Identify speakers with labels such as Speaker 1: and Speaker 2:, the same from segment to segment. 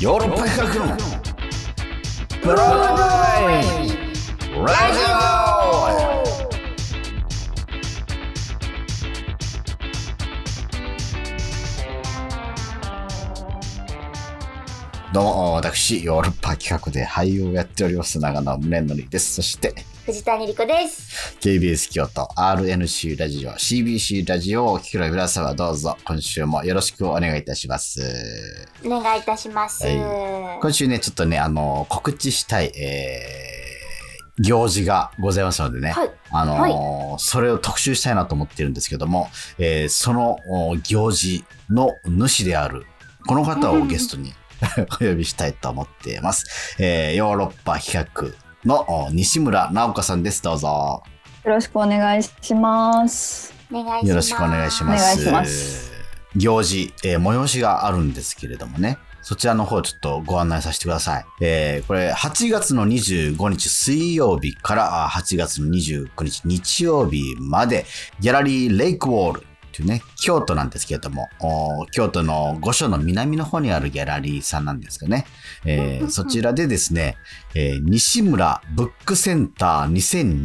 Speaker 1: ヨーロッパ企画のブロードウェイラジオどうも私ヨーロッパ企画で俳優をやっております長野宗則ですそして
Speaker 2: 藤谷莉子です。
Speaker 1: KBS 京都 RNC ラジオ CBC ラジオをお聞きの皆様どうぞ今週もよろしくお願いいたします
Speaker 2: お願いいたします。
Speaker 1: 今週ねちょっとねあの告知したい、えー行事がございますのでね、
Speaker 2: はい
Speaker 1: あのーそれを特集したいなと思ってるんですけども、えーそのお行事の主であるこの方をゲストに お呼びしたいと思っています、えーヨーロッパ企画のお西村直子さんですどうぞ
Speaker 3: よろしくお願いします。
Speaker 2: お願いします。
Speaker 1: よろしくお願いしま
Speaker 3: お願い
Speaker 1: す。
Speaker 3: します
Speaker 1: 行事、えー催しがあるんですけれどもね、そちらの方ちょっとご案内させてください。えーこれ8月の25日水曜日からあ8月の29日日曜日まで、ギャラリーレイクウォール。というね、京都なんですけれども、お京都の御所の南の方にあるギャラリーさんなんですけどね、えーそちらでですね、えー西村ブックセンター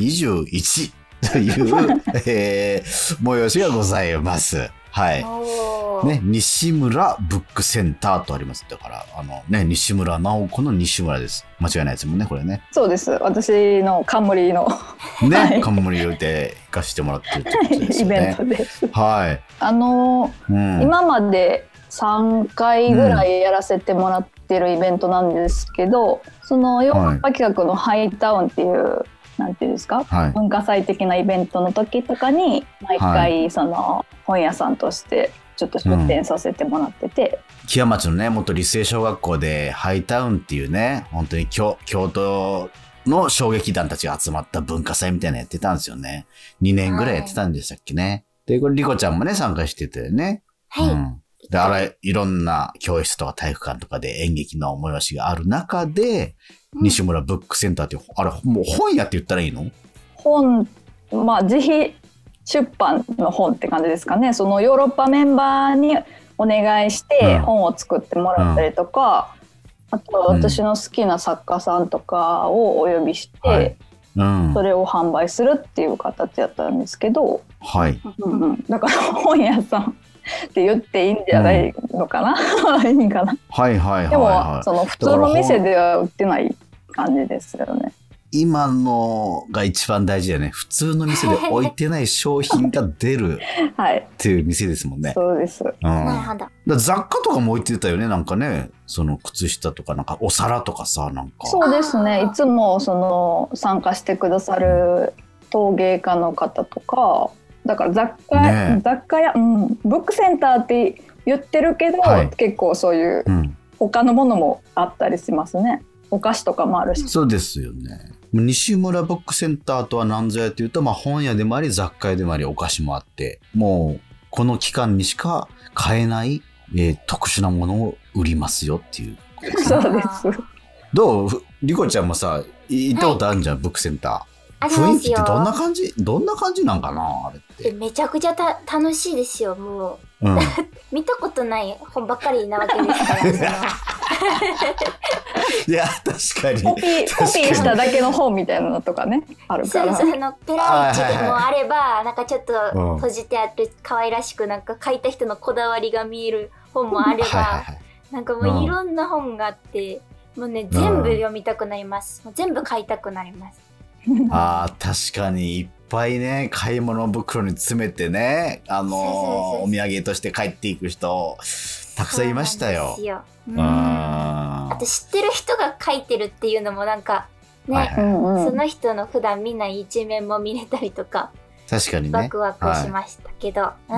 Speaker 1: 2021という、えー催しがございます。はい。
Speaker 2: おー
Speaker 1: ね、西村ブックセンターとあります。だから、あのね、西村直子の西村です。間違いないですもんね、これね。
Speaker 3: そうです。私の冠の
Speaker 1: ね、
Speaker 3: はい
Speaker 1: 冠を入れて行かせてもらってるってことです
Speaker 3: イ
Speaker 1: よね。
Speaker 3: ベントです。
Speaker 1: はい。
Speaker 3: あの、
Speaker 1: うん。
Speaker 3: 今まで3回ぐらいやらせてもらってるイベントなんですけど、そのヨーロッパ企画のハイタウンっていう、なんていうんですか
Speaker 1: はい。
Speaker 3: 文化祭的なイベントの時とかに毎
Speaker 1: は
Speaker 3: 回その本屋さんとしてちょっと出店させてもらってて、
Speaker 1: 木屋町のね元立成小学校でハイタウンっていうね本当に京京都の衝撃団たちが集まった文化祭みたいなのやってたんですよね2年ぐらいやってたんでしたっけね、でこれリコちゃんもね参加しててね、う
Speaker 2: は
Speaker 1: ん、であらいろんな教室とか体育館とかで演劇の催しがある中で、
Speaker 2: うん
Speaker 1: 西村ブックセンターっていうあれもう本屋って言ったらいいの
Speaker 3: 本まあ自費出版の本って感じですかねそのヨーロッパメンバーにお願いし
Speaker 1: う
Speaker 3: て
Speaker 1: ん
Speaker 3: 本を作ってもらったりとか、あとは私の好きな作家さんとかをお呼びして、
Speaker 1: はいうん
Speaker 3: それを販売するっていう形やったんですけど、
Speaker 1: はい
Speaker 3: うんうんだから本屋さんって言っていいんじゃないのかな、 いいんかな
Speaker 1: はいはいはい
Speaker 3: でも、
Speaker 1: はい
Speaker 3: その普通の店では売ってない感じですよね。
Speaker 1: 今のが一番大事だよね普通の 店で置いてない商品が出る
Speaker 3: はい、
Speaker 1: っていう店ですもんね。
Speaker 3: そうです
Speaker 1: うん、
Speaker 2: い。なる
Speaker 1: だ
Speaker 2: ほど。
Speaker 1: から雑貨とかも置いてたよね、なんかね、その靴下とか、なんかお皿とかさ、なんか。
Speaker 3: そうですね
Speaker 2: あ
Speaker 3: い
Speaker 2: ー
Speaker 3: つもその参加してくださる陶芸家の方とかだから雑貨,、
Speaker 1: ねえ
Speaker 3: 雑貨屋、うん、ブックセンターって言ってるけど、
Speaker 1: はい
Speaker 3: 結構そういう
Speaker 1: うん、
Speaker 3: 他のものもあったりしますねお菓子とかもあるし、
Speaker 1: そうですよね。西村ブックセンターとは何ぞやというと、まあ、本屋でもあり、雑貨屋でもあり、お菓子もあって、もうこの期間にしか買えない、えー特殊なものを売りますよっていう。
Speaker 3: そうです
Speaker 1: どうふリコちゃんもさ、い行ったことあるんじゃん、ブックセンタ
Speaker 2: あ
Speaker 1: ー。
Speaker 2: りま
Speaker 1: 雰囲
Speaker 2: す
Speaker 1: 気って
Speaker 2: よ。
Speaker 1: どんな感じどんな感じなんかなあれっ
Speaker 2: え
Speaker 1: て。
Speaker 2: めちゃくちゃた楽しいですよ。も
Speaker 1: うん。
Speaker 2: う見たことない本ばっかりなわけですから。
Speaker 1: いや、確か に。
Speaker 3: コピーコピーしただけの本みたいなのとかねある
Speaker 2: そ
Speaker 3: か
Speaker 2: の
Speaker 3: ら
Speaker 2: そうそうあのペライチでもあればなんかちょっと
Speaker 1: うん
Speaker 2: 閉じてある可愛らしくなんか書いた人のこだわりが見える本もあ
Speaker 1: はいは
Speaker 2: れ
Speaker 1: い
Speaker 2: ば
Speaker 1: はい。
Speaker 2: なんか
Speaker 1: う
Speaker 2: も
Speaker 1: ん
Speaker 2: ういろんな本があってもうね全部読みたくなります。もう全部買いたくなります。
Speaker 1: ああ確かにいっぱいね買い物袋に詰めてねあのー
Speaker 2: そうそうそう
Speaker 1: お土産として帰っていく人たくさんいましたよ
Speaker 2: そう。なんですよ
Speaker 1: う
Speaker 2: うん
Speaker 1: ん
Speaker 2: あと知ってる人が書いてるっていうのもなんかね、
Speaker 1: はいは
Speaker 3: うんうん
Speaker 2: その人の普段見ない一面も見れたりとか、
Speaker 1: 確かに
Speaker 2: ワ
Speaker 1: ね
Speaker 2: ク。ワクしましたけど、
Speaker 1: う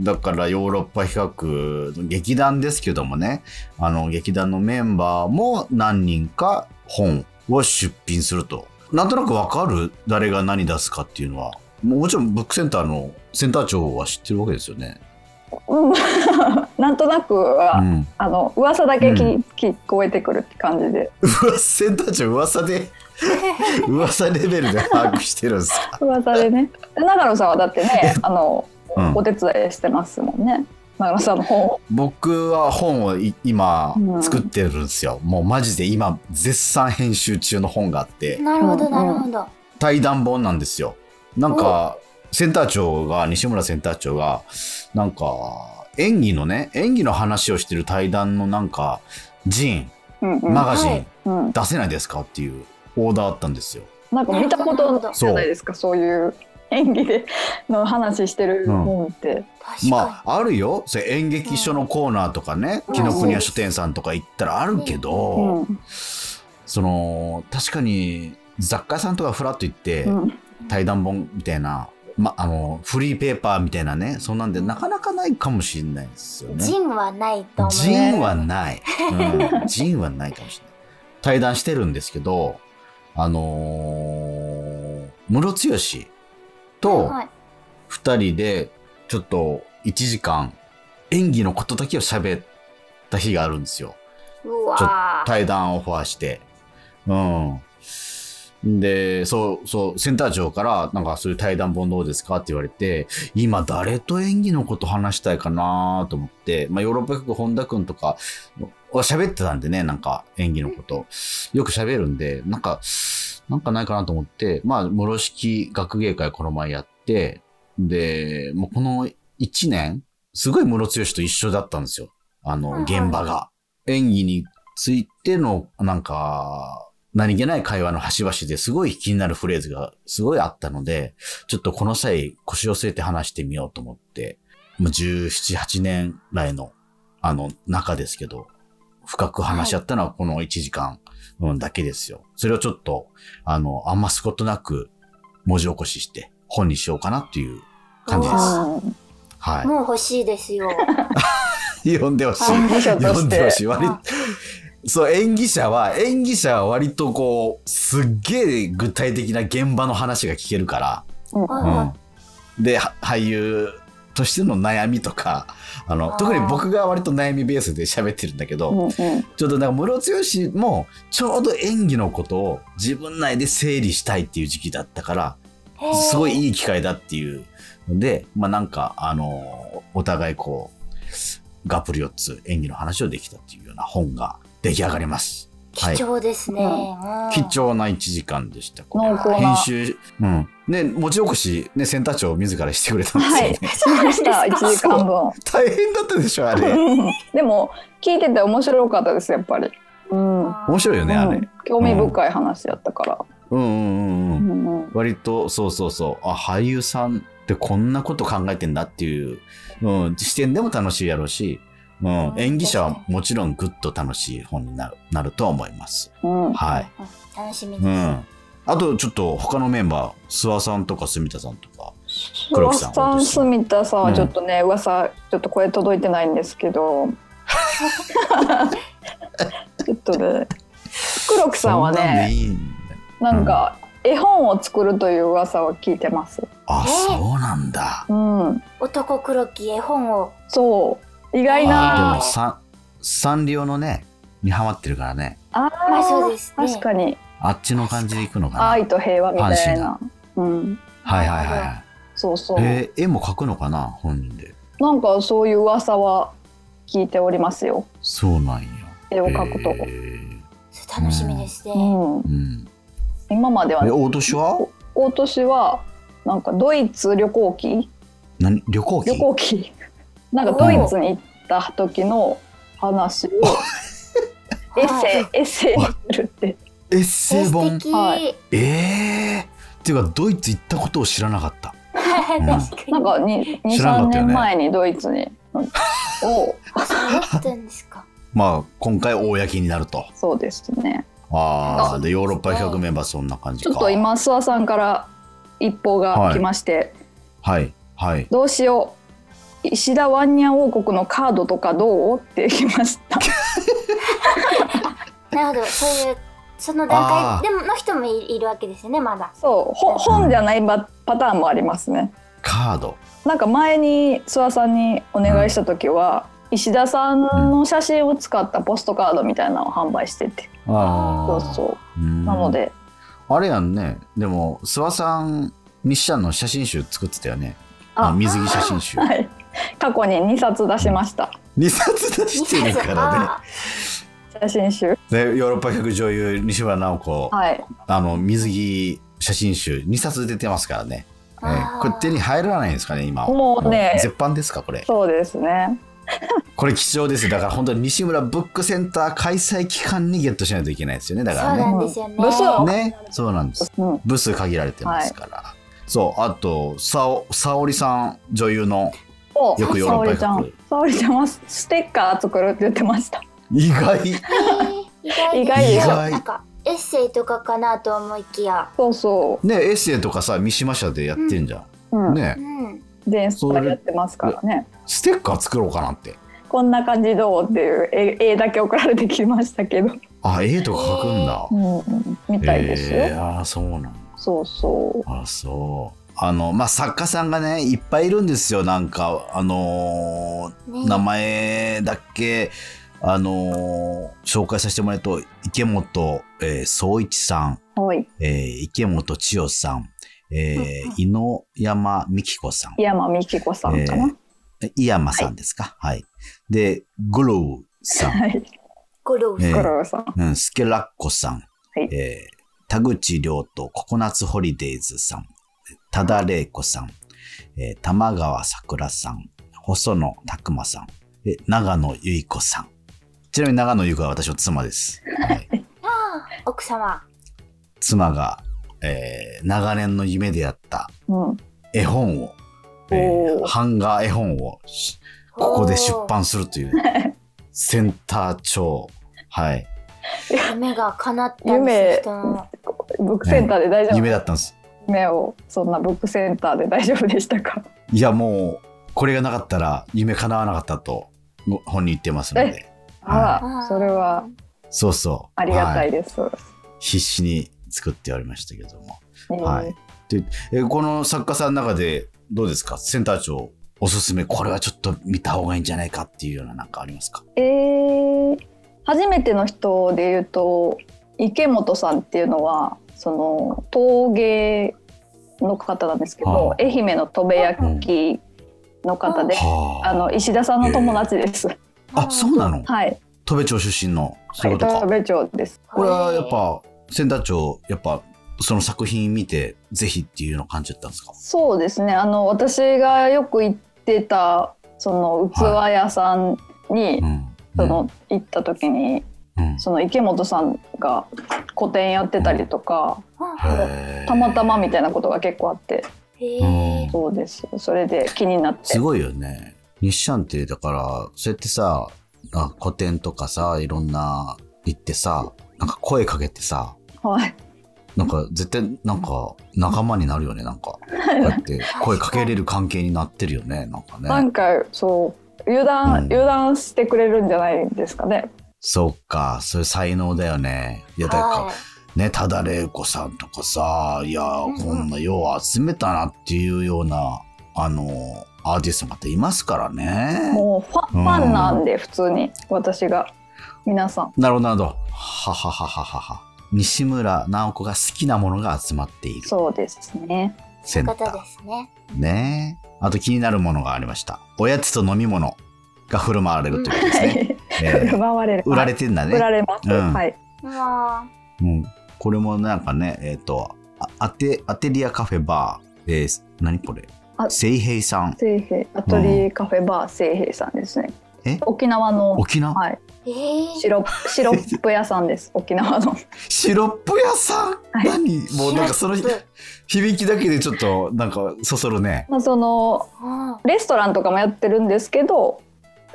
Speaker 1: ん、だからヨーロッパ比較劇団ですけどもねあの劇団のメンバーも何人か本を出品するとなんとなくわかる誰が何出すかっていうのはもうもちろんブックセンターのセンター長は知ってるわけですよね。
Speaker 3: うん なんとなくは、
Speaker 1: うん
Speaker 3: あの噂だけき、
Speaker 1: う
Speaker 3: 聞こえてくるって感じで
Speaker 1: うわセンター長噂で噂レベルで把握してるんですか、
Speaker 3: 噂でねで長野さんはだってねあの、
Speaker 1: うん
Speaker 3: お手伝いしてますもんね長野さんの本を。
Speaker 1: 僕は本をい今
Speaker 3: うん
Speaker 1: 作ってるんですよ、もうマジで今絶賛編集中の本があって
Speaker 2: なるほ
Speaker 3: う
Speaker 2: ど
Speaker 3: んうん
Speaker 2: なるほど。
Speaker 1: 対談本なんですよなんかセンター長が西村センター長がなんか演技のね演技の話をしてる対談のなんかジーン
Speaker 3: うんうん
Speaker 1: マガジン、
Speaker 2: はい
Speaker 3: うん、
Speaker 1: 出せないですかっていうオーダーあったんですよ
Speaker 3: なんか見た
Speaker 2: な
Speaker 3: こ
Speaker 2: るほ
Speaker 3: と
Speaker 2: ど
Speaker 3: じゃないですかそういう演技での話してる本って。
Speaker 2: 確かに。
Speaker 1: まああるよそれ演劇書のコーナーとかね
Speaker 2: うん
Speaker 1: 紀ノ国屋書店さんとか行ったらあるけど、
Speaker 3: うん
Speaker 1: その確かに雑貨屋さんとかフラッと行って、
Speaker 3: うん
Speaker 1: 対談本みたいな、ま、あのフリーペーパーみたいなねそんなんでなかなかないかもしれないですよね。
Speaker 2: ジンはないと思う。
Speaker 1: ジンはない、 うん、ジンはないかもしれない。対談してるんですけどあのー、ムロツヨシと、
Speaker 2: はい
Speaker 1: 2人でちょっと1時間演技のことだけを喋った日があるんですよ
Speaker 2: うわー
Speaker 1: 対談をオファーしてうんでそうそうセンター長からなんかそういう対談本どうですかって言われて今誰と演技のこと話したいかなと思って、まあ、ヨーロッパ局本田君とかは喋ってたんでねなんか演技のことよく喋るんでなんかなんかないかなと思ってまあ室敷学芸会この前やってで、もうこの1年、すごいムロツヨシと一緒だったんですよ。あ
Speaker 2: はい
Speaker 1: の、
Speaker 2: はい
Speaker 1: 現場が。演技についての、なんか、何気ない会話の端々ですごい気になるフレーズがすごいあったので、ちょっとこの際腰を据えて話してみようと思って、もう17、8年来の、あの、中ですけど、深く話し合ったのはこの1時間、うん、だけですよ。それをちょっと、あの、あんますことなく文字起こしして本にしようかなっていう感じです。
Speaker 3: うん
Speaker 1: は
Speaker 2: もう欲しいですよ。
Speaker 1: い。読んでほしい。
Speaker 3: 演技者と
Speaker 1: 読
Speaker 3: し
Speaker 1: んでほ
Speaker 3: て。
Speaker 1: しい。割りそう、演技者は、演技者は割とこう、すっげえ具体的な現場の話が聞けるか
Speaker 3: うん
Speaker 2: は
Speaker 1: ら、
Speaker 2: いは
Speaker 1: うん、で、は俳優としての悩みとか、あの、
Speaker 2: あー
Speaker 1: 特に僕が割と悩みベースで喋ってるんだけど、
Speaker 3: うんうん
Speaker 1: ちょっとなんか、ムロツヨシも、ちょうど演技のことを自分内で整理したいっていう時期だったから、
Speaker 2: いへー
Speaker 1: すごいいい機会だっていうので、まあなんか、あの、お互いこう、ガプリオッツ演技の話をできたっていうような本が出来上がります。はい
Speaker 2: 貴重ですね。うん
Speaker 1: 貴重な1時間でした。これ
Speaker 3: 濃厚な
Speaker 1: 編集、うん。ね、持ち起こし、ね、センター長自らしてくれたんですよね。
Speaker 2: そうなんで
Speaker 3: し
Speaker 2: す
Speaker 3: た
Speaker 2: か
Speaker 3: 1時間分。
Speaker 1: 大変だったでしょ、あれ。
Speaker 3: でも聞いてて面白かったですやっぱり。うん。
Speaker 1: 面白いよね、あ
Speaker 3: う
Speaker 1: れ
Speaker 3: ん。興味深い話やったから。
Speaker 1: うんうんうんう。
Speaker 3: うんんうん
Speaker 1: 割と、そうそうそう。あ、俳優さんってこんなこと考えてんだっていう、うん、視点でも楽しいやろうし、うん
Speaker 2: う、ん
Speaker 1: 演技者はもちろんぐっと楽しい本になるなるとは思います。
Speaker 3: うん
Speaker 1: はい。。
Speaker 2: うん楽しみ
Speaker 1: う
Speaker 2: です。
Speaker 1: ん。あと、ちょっと他のメンバー、諏訪さんとか住田さんとか、黒
Speaker 3: 黒
Speaker 1: 木
Speaker 3: 木
Speaker 1: さん
Speaker 3: さん、住田さん
Speaker 1: う
Speaker 3: は
Speaker 1: ん
Speaker 3: ちょっとね、噂ちょっと声届いてないんですけどちょっとね黒木さんは
Speaker 1: そなんで
Speaker 3: ね
Speaker 1: いいんだよ
Speaker 3: なんか絵本を作るという噂は聞いてます
Speaker 1: あ、
Speaker 2: え
Speaker 1: そうなんだ。
Speaker 3: うん
Speaker 2: 男黒木絵本を。
Speaker 3: そう意外
Speaker 1: あで
Speaker 3: な
Speaker 1: もサン、サンリオのね、にハマってるからね、
Speaker 3: あー
Speaker 2: まあそうですね
Speaker 3: 確かに
Speaker 1: あっちの感じでいくのかな。はい
Speaker 3: 愛と平和みたいなうん
Speaker 1: はいはいは
Speaker 3: そうそう、
Speaker 1: い。えー絵も描くのかな、本人で。
Speaker 3: なんかそういう噂は聞いておりますよ
Speaker 1: そうなんや。
Speaker 3: 絵を描くと、
Speaker 1: えー
Speaker 2: それ楽しみですね。
Speaker 3: うん、
Speaker 1: うん。
Speaker 3: 今までは
Speaker 1: え、お年は
Speaker 3: 今年はなんかドイツ旅行記
Speaker 1: 何旅行機
Speaker 3: 旅行記なんかドイツに行った時の話をエッセイ、エッセイにするって
Speaker 1: エッセイ
Speaker 2: え素
Speaker 1: 本
Speaker 2: 敵。
Speaker 3: は
Speaker 1: ええー、っていうかドイツ行ったことを知らなかった。ん
Speaker 2: 確
Speaker 3: なん
Speaker 2: か
Speaker 3: かに
Speaker 1: 知らんか
Speaker 3: 23
Speaker 1: ったよね
Speaker 3: 年前にドイツになんかを
Speaker 2: に。そうだったんですか。
Speaker 1: まあ今回公になると。
Speaker 3: そうですね
Speaker 1: ああ、
Speaker 2: あ
Speaker 1: でヨーロッパ100メンバーそんな感じ
Speaker 3: ち
Speaker 1: か。
Speaker 3: ょっと今諏訪さんから一報が来まして、
Speaker 1: はいはい。
Speaker 3: どうしよう石田ワンニャン王国のカードとかどうって来ました
Speaker 2: なるほど。そういうその
Speaker 1: あ
Speaker 2: 段
Speaker 1: ー
Speaker 2: 階でもの人もいいるわけですよねまだ。
Speaker 3: そうほ本じゃないパパターンもありますね
Speaker 1: カード。
Speaker 3: なんか前に諏訪さんにお願いした時は、石田さんの写真を使ったポストカードみたいなのを販売してて、
Speaker 1: あ。
Speaker 3: そうそうう
Speaker 1: な
Speaker 3: なの。で
Speaker 1: あれやんね。でも諏訪さん西ちゃんの写真集作ってたよね。あ
Speaker 3: あ
Speaker 1: 水着写真集。
Speaker 3: はい過去に2冊出しました
Speaker 1: 2冊出してるから
Speaker 2: あ
Speaker 3: 写真集
Speaker 1: ねでヨーロッパ客女優西村直子、
Speaker 3: はい
Speaker 1: あの水着写真集2冊出てますからね、え
Speaker 2: あ
Speaker 1: ー
Speaker 2: ー
Speaker 1: これ手に入らないんですかね今
Speaker 3: もうね
Speaker 1: 絶版ですかこれ
Speaker 3: そうですね
Speaker 1: これ貴重ですよだから本当に西村ブックセンター開催期間にゲットしないといけないですよねだから
Speaker 2: そう
Speaker 1: ね
Speaker 2: なんですよね。
Speaker 3: 部数を
Speaker 1: ねそうなんです
Speaker 3: うん
Speaker 1: 部数限られてますから、そうあとさお沙織さん女優の
Speaker 3: お
Speaker 1: よくヨー
Speaker 3: 沙
Speaker 1: ロッパ
Speaker 3: 織
Speaker 1: へ
Speaker 3: ちゃ
Speaker 1: 来
Speaker 3: ん
Speaker 1: る
Speaker 3: 沙織ちゃんはステッカー作るって言ってました
Speaker 1: 意外
Speaker 2: えー意
Speaker 3: 意外
Speaker 1: でしょ
Speaker 2: なんかエッセイとかかなと思いきや。
Speaker 3: そうそ
Speaker 1: ねエッセイとかさ三島社でやってんじゃ、
Speaker 3: う、うんん、
Speaker 1: ね
Speaker 2: うん。
Speaker 3: 全スタやってますからね
Speaker 1: ステッカー作ろうかなって
Speaker 3: こんな感じどうっていう絵絵だけ送られてきましたけど、
Speaker 1: あ絵とか描くんだ
Speaker 3: う、んうん、みたいですよ、
Speaker 1: えー、あーそうなんだ
Speaker 3: そうそ
Speaker 1: あそうあのまあ作家さんがねいっぱいいるんですよなんかあのー
Speaker 2: ね
Speaker 1: 名前だけあのー紹介させてもらうと池本宗、えー宗一さん、
Speaker 3: うはい
Speaker 1: えー池本千代さん、えー
Speaker 2: うんうん
Speaker 1: 井野山美紀子さん
Speaker 3: 井山美紀子さんかな、
Speaker 1: え井山さんですかはい、でゴロウさん、
Speaker 3: はい
Speaker 2: ゴロウ
Speaker 1: えー
Speaker 3: 黒ロさん
Speaker 1: うん、スケラッコさん、
Speaker 3: い
Speaker 1: えー田口亮とココナッツホリデイズさん、多田玲子さん、えー玉川さくらさん、細野拓磨さん、え長野由依子さん。ちなみに長野由依子は私の妻です。はい、
Speaker 2: あー奥様。
Speaker 1: 妻が、えー長年の夢であった
Speaker 3: うん、
Speaker 1: 絵本を、えー
Speaker 3: おー
Speaker 1: 版画絵本をしここで出版するというセンター長。はい。
Speaker 2: おー。夢が叶ったんです人の。
Speaker 3: ブックセンター で大丈夫、
Speaker 1: 夢だったんです。
Speaker 3: 夢をそんなブックセンターで大丈夫でし たか
Speaker 1: いやもうこれがなかったら夢叶わなかったとご本人言ってますので
Speaker 3: あ
Speaker 2: あ
Speaker 3: あ
Speaker 2: ー
Speaker 3: それは
Speaker 1: そうそう
Speaker 3: ありがたい
Speaker 1: は
Speaker 3: です、
Speaker 1: 必死に作っておりましたけども、
Speaker 3: うん
Speaker 1: はいでえこの作家さんの中でどうですかセンター長おすすめこれはちょっと見た方がいいんじゃないかっていうようななんかありますか
Speaker 3: えー初めての人で言うと池本さんっていうのはその陶芸の方なんですけど、
Speaker 1: はあ
Speaker 3: 愛媛の砥部焼きの方で、
Speaker 1: は
Speaker 3: あの石田さんの友達です。
Speaker 1: あそうなの
Speaker 3: はい、
Speaker 1: 戸部町出身のそういうこと
Speaker 3: 田
Speaker 1: か
Speaker 3: 部町です。
Speaker 1: これはやっ。ぱセンター長やっぱその作品見てぜひっていうのを感じだったんですか
Speaker 3: そうですね。あの私がよく行ってたその器屋さんに、
Speaker 1: うん
Speaker 3: その行った時に
Speaker 1: うん
Speaker 3: その池本さんが個展やってたりとか、
Speaker 1: へー
Speaker 3: たまたまみたいなことが結構あって、
Speaker 2: へえ。
Speaker 1: うん
Speaker 3: そうです。それで気になって
Speaker 1: す。ごいよね。日シャンってだからそうやってさあ古典とかさいろんな行ってさなんか声かけてさ
Speaker 3: はい。
Speaker 1: なんか絶対なんか仲間になるよねなんかこうやって声かけれる関係になってるよねなんか
Speaker 3: な
Speaker 1: ね
Speaker 3: んかそう油断、
Speaker 1: うん
Speaker 3: 油断してくれるんじゃないですかね。
Speaker 1: そっかそういう才能だよねいやだから、
Speaker 2: は
Speaker 1: ねただ玲子さんとかさいや
Speaker 2: うんうん
Speaker 1: こんなよう集めたなっていうようなあのアーティスト方いますからね
Speaker 3: もうファ,、
Speaker 1: うん
Speaker 3: ファンなんで普通に私が皆さん。
Speaker 1: なるほど、なるほど。はははははは。西村直子が好きなものが集まっている
Speaker 3: そうですね。
Speaker 1: セ
Speaker 2: い。
Speaker 1: ンタ
Speaker 2: 方で
Speaker 1: ー。
Speaker 2: すね。
Speaker 1: ねえあと気になるものがありました。おやつと飲み物が振る舞われるということです
Speaker 3: は
Speaker 1: ね。
Speaker 3: い。
Speaker 1: え え
Speaker 3: 奪われる。
Speaker 1: 売られてんだ
Speaker 3: 売ら
Speaker 1: ね。
Speaker 3: れます。
Speaker 1: うん
Speaker 3: はい。
Speaker 2: うわ
Speaker 1: うん、これもなんかね、えっ、と、あアテ、アテリアカフェバー。えー、何これ
Speaker 3: あ
Speaker 1: 清平さん。
Speaker 3: 聖平アトリエカフェバー聖平さんですね。
Speaker 1: え
Speaker 3: 沖縄の
Speaker 1: 沖縄、
Speaker 3: はい
Speaker 2: ー。ええ。
Speaker 3: シロップシロップ屋さ んです。沖縄の。
Speaker 1: シロップ屋さん、
Speaker 3: はい
Speaker 1: 何もうなんかその
Speaker 2: シロップ
Speaker 1: 響きだけでちょっとなんかそそるね。
Speaker 3: まあその
Speaker 2: うん
Speaker 3: レストランとかもやってるんですけど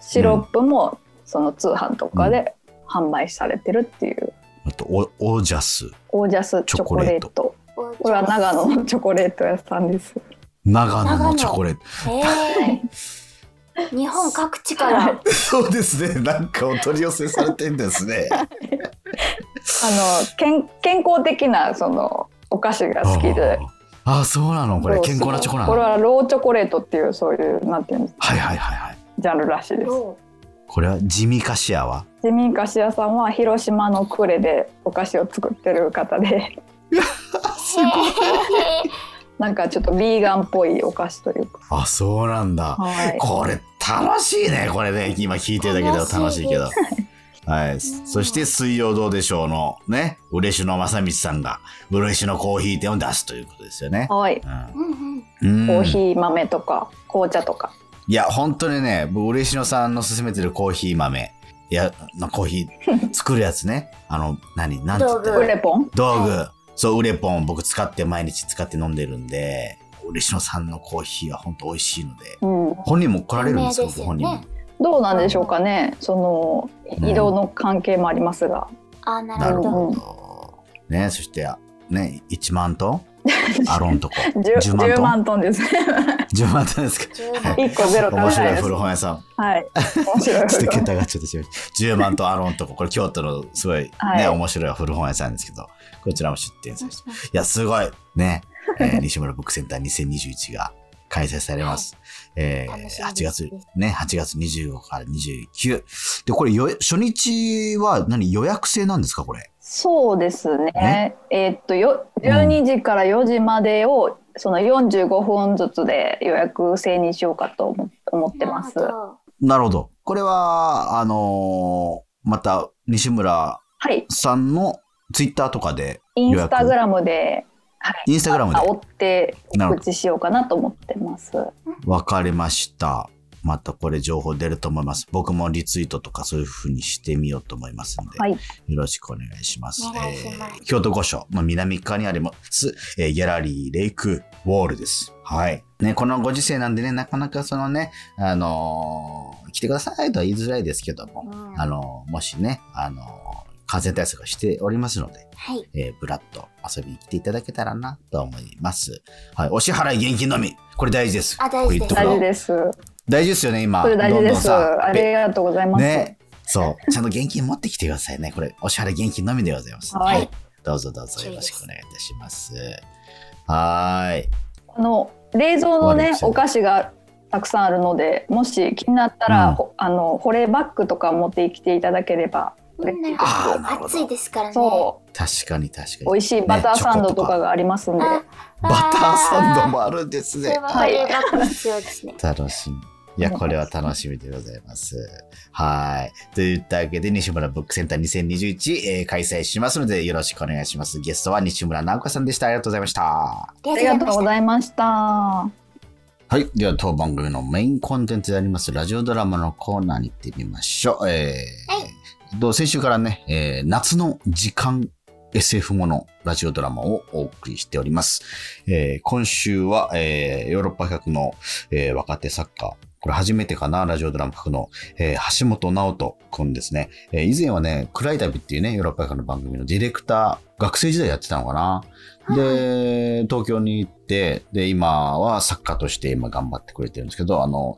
Speaker 3: シロップもその通販とかで販売されてるっていう、
Speaker 1: あと、オオージャス。
Speaker 3: オージャスチョコレート
Speaker 1: チョ
Speaker 3: これは長野。のチョコレート屋さんです
Speaker 1: 長野のチョコレート。
Speaker 2: ええ。日本各地 から。
Speaker 1: そうですね。なんかお取り寄せされてんですね。
Speaker 3: あの健健康的なそのお菓子が 好きで
Speaker 1: あーあー、そうなのこれ
Speaker 3: そうそう
Speaker 1: 健康なチョコなの。
Speaker 3: これ
Speaker 1: はい
Speaker 3: はローチョコレートっていうそういうなんていうんですか
Speaker 1: はいはいはい。
Speaker 3: ジャンルらしいです
Speaker 2: ど
Speaker 1: これは地味菓子屋は。
Speaker 3: ジミー菓子屋さんは広島の呉でお菓子を作ってる方で
Speaker 2: う。すごい。
Speaker 3: なんかちょっとビーガンっぽいお菓子というか
Speaker 1: あ、そうなんだ。
Speaker 3: はい
Speaker 1: これ楽しいね、これね。今聞いてるだけでは楽しいけど。はい。そして、水曜どうでしょうのね、嬉野正道さんが、嬉野コーヒー店を出すということですよね。
Speaker 3: はい。
Speaker 1: う
Speaker 2: うんうん。
Speaker 1: んうん
Speaker 3: コーヒー豆とか紅茶とか。
Speaker 1: いや、本当にね、僕、嬉野さんの勧めてるコーヒー豆、いや、なコーヒ ー作るやつね。あの、何なんて言った
Speaker 2: 道
Speaker 1: ら
Speaker 2: 具
Speaker 3: ウレポン
Speaker 1: 道具。そう、ウレポン、僕使って、毎日使って飲んでるんで、嬉野さんのコーヒーは本当美味しいので、
Speaker 3: うん、
Speaker 1: 本人も来られるんですか、
Speaker 2: 有名です
Speaker 1: ご
Speaker 2: よ
Speaker 1: 本
Speaker 2: ね
Speaker 1: 人も。
Speaker 3: どうなんでしょうかねその
Speaker 1: うん
Speaker 3: 移動の関係もありますが、
Speaker 2: あーな
Speaker 1: な
Speaker 2: る
Speaker 1: る
Speaker 2: ほど。
Speaker 1: ほど。ね、そして、あね、1万 トンアロンとこ。
Speaker 3: 十
Speaker 1: 10
Speaker 3: 10,
Speaker 1: 万トン
Speaker 3: 万トンですね
Speaker 1: 10万トンですか。
Speaker 2: 十分
Speaker 3: 一個ゼロ
Speaker 1: 面
Speaker 3: 足ら
Speaker 1: 白い
Speaker 3: ないです
Speaker 1: 古本屋さん。
Speaker 3: はい面白 い
Speaker 1: ちょっと桁がちょっと違う。10万とアロンとこ、これ京都のすごいね、
Speaker 3: はい
Speaker 1: 面白い古本屋さんですけど、こちらも出店させて。いや、すごい ね、えー西村ブックセンター2021が開催されます。え
Speaker 2: 楽し
Speaker 1: ー、
Speaker 2: み
Speaker 1: 8
Speaker 2: です
Speaker 1: 月、ね、8月25から29。で、これよ、初日は何予約制なんですか、これ。
Speaker 3: そうですね
Speaker 1: ね
Speaker 3: えーっとよ12時から4時までをその45分ずつで予約制にしようかと思思ってます
Speaker 2: なるほ
Speaker 1: なるほど。これは、あのーまた、西村
Speaker 3: はい
Speaker 1: さんのツイッターとかで、
Speaker 3: インスタグラムで、はい、
Speaker 1: インスタグラムで
Speaker 3: 追って
Speaker 1: なるほ
Speaker 3: 告知しようかなと思ってます
Speaker 1: ど。わかりました。またこれ情報出ると思います。僕もリツイートとかそういう風にしてみようと思いますんで、
Speaker 3: はい
Speaker 1: よろしくお願いします。
Speaker 2: お願いします
Speaker 1: えー京都御所の南側にあります、えーギャラリーレイクウォールです。はい。ね、このご時世なんでね、なかなかそのね、あのー来てくださいとは言いづらいですけども、
Speaker 2: どうん
Speaker 1: あの、もしね、あの、感染対策をしておりますので、
Speaker 2: はい。
Speaker 1: えー、ブラッと遊びに来ていただけたらなと思います。はい。お支払い現金のみ。これ大事です。
Speaker 2: あ大
Speaker 1: これ
Speaker 2: 事です
Speaker 3: 大
Speaker 1: 言っと
Speaker 3: 事
Speaker 1: くの
Speaker 3: です
Speaker 1: 大事ですよね、今。
Speaker 3: それ大事
Speaker 1: どん
Speaker 3: で
Speaker 1: どん
Speaker 3: す
Speaker 1: さ
Speaker 3: ありがとうございます、
Speaker 1: ね。そう。ちゃんと現金持ってきてくださいね。これ、お支払い現金のみでございます。
Speaker 3: はい
Speaker 1: どうぞどうぞよろしくお願いいたします。はーい。
Speaker 3: あの冷蔵の
Speaker 1: 悪い
Speaker 3: ね
Speaker 1: 癖
Speaker 3: お菓子がたくさんあるのでもし気になったら、
Speaker 1: うん
Speaker 3: ほあの保冷バッグとか持ってきていただければ
Speaker 2: うんなる
Speaker 1: あーなるほど
Speaker 2: ほど。暑いですからね。
Speaker 3: そ
Speaker 1: 確かに確か
Speaker 3: う美
Speaker 1: に。
Speaker 3: 味しいバターサンドとかがありますんで、
Speaker 2: あ
Speaker 1: バターサンドもあるんです
Speaker 2: そ
Speaker 1: ね
Speaker 2: れ。は
Speaker 3: はい
Speaker 2: 保冷バッグ必要ですね。
Speaker 1: 楽しみ。いや、これは楽しみでございます。はい。といったわけで、西村ブックセンター2021、えー開催しますので、よろしくお願いします。ゲストは西村直子さんでした。ありがとうございました。
Speaker 2: あ
Speaker 3: ありがとうご
Speaker 2: いま
Speaker 3: ざいました。
Speaker 1: はい。では、当番組のメインコンテンツであります、ラジオドラマのコーナーに行ってみましょう。えー
Speaker 2: は
Speaker 1: どう先週からね、えー夏の時間 SF ものラジオドラマをお送りしております。えー今週は、えーヨーロッパ企画の、えー若手作家、これ初めてかな、ラジオドラマ企画の、えー橋本直人くんですね。えー以前はね、暗い旅っていうね、ヨーロッパ企画の番組のディレクター、学生時代やってたのかな。で、東京に行って、で、今は作家として今頑張ってくれてるんですけど、あの、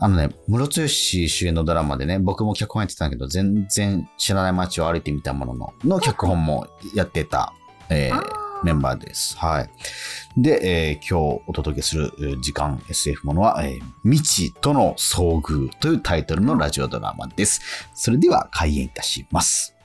Speaker 1: あのね、ムロツヨシ主演のドラマでね、僕も脚本やってたんだけど、全然知らない街を歩いてみたものの、の脚本もやってた、えー
Speaker 2: あー
Speaker 1: メンバーです。はい。で、えー今日お届けするえー時間 SF ものは、えー未知との遭遇というタイトルのラジオドラマです。それでは開演いたします。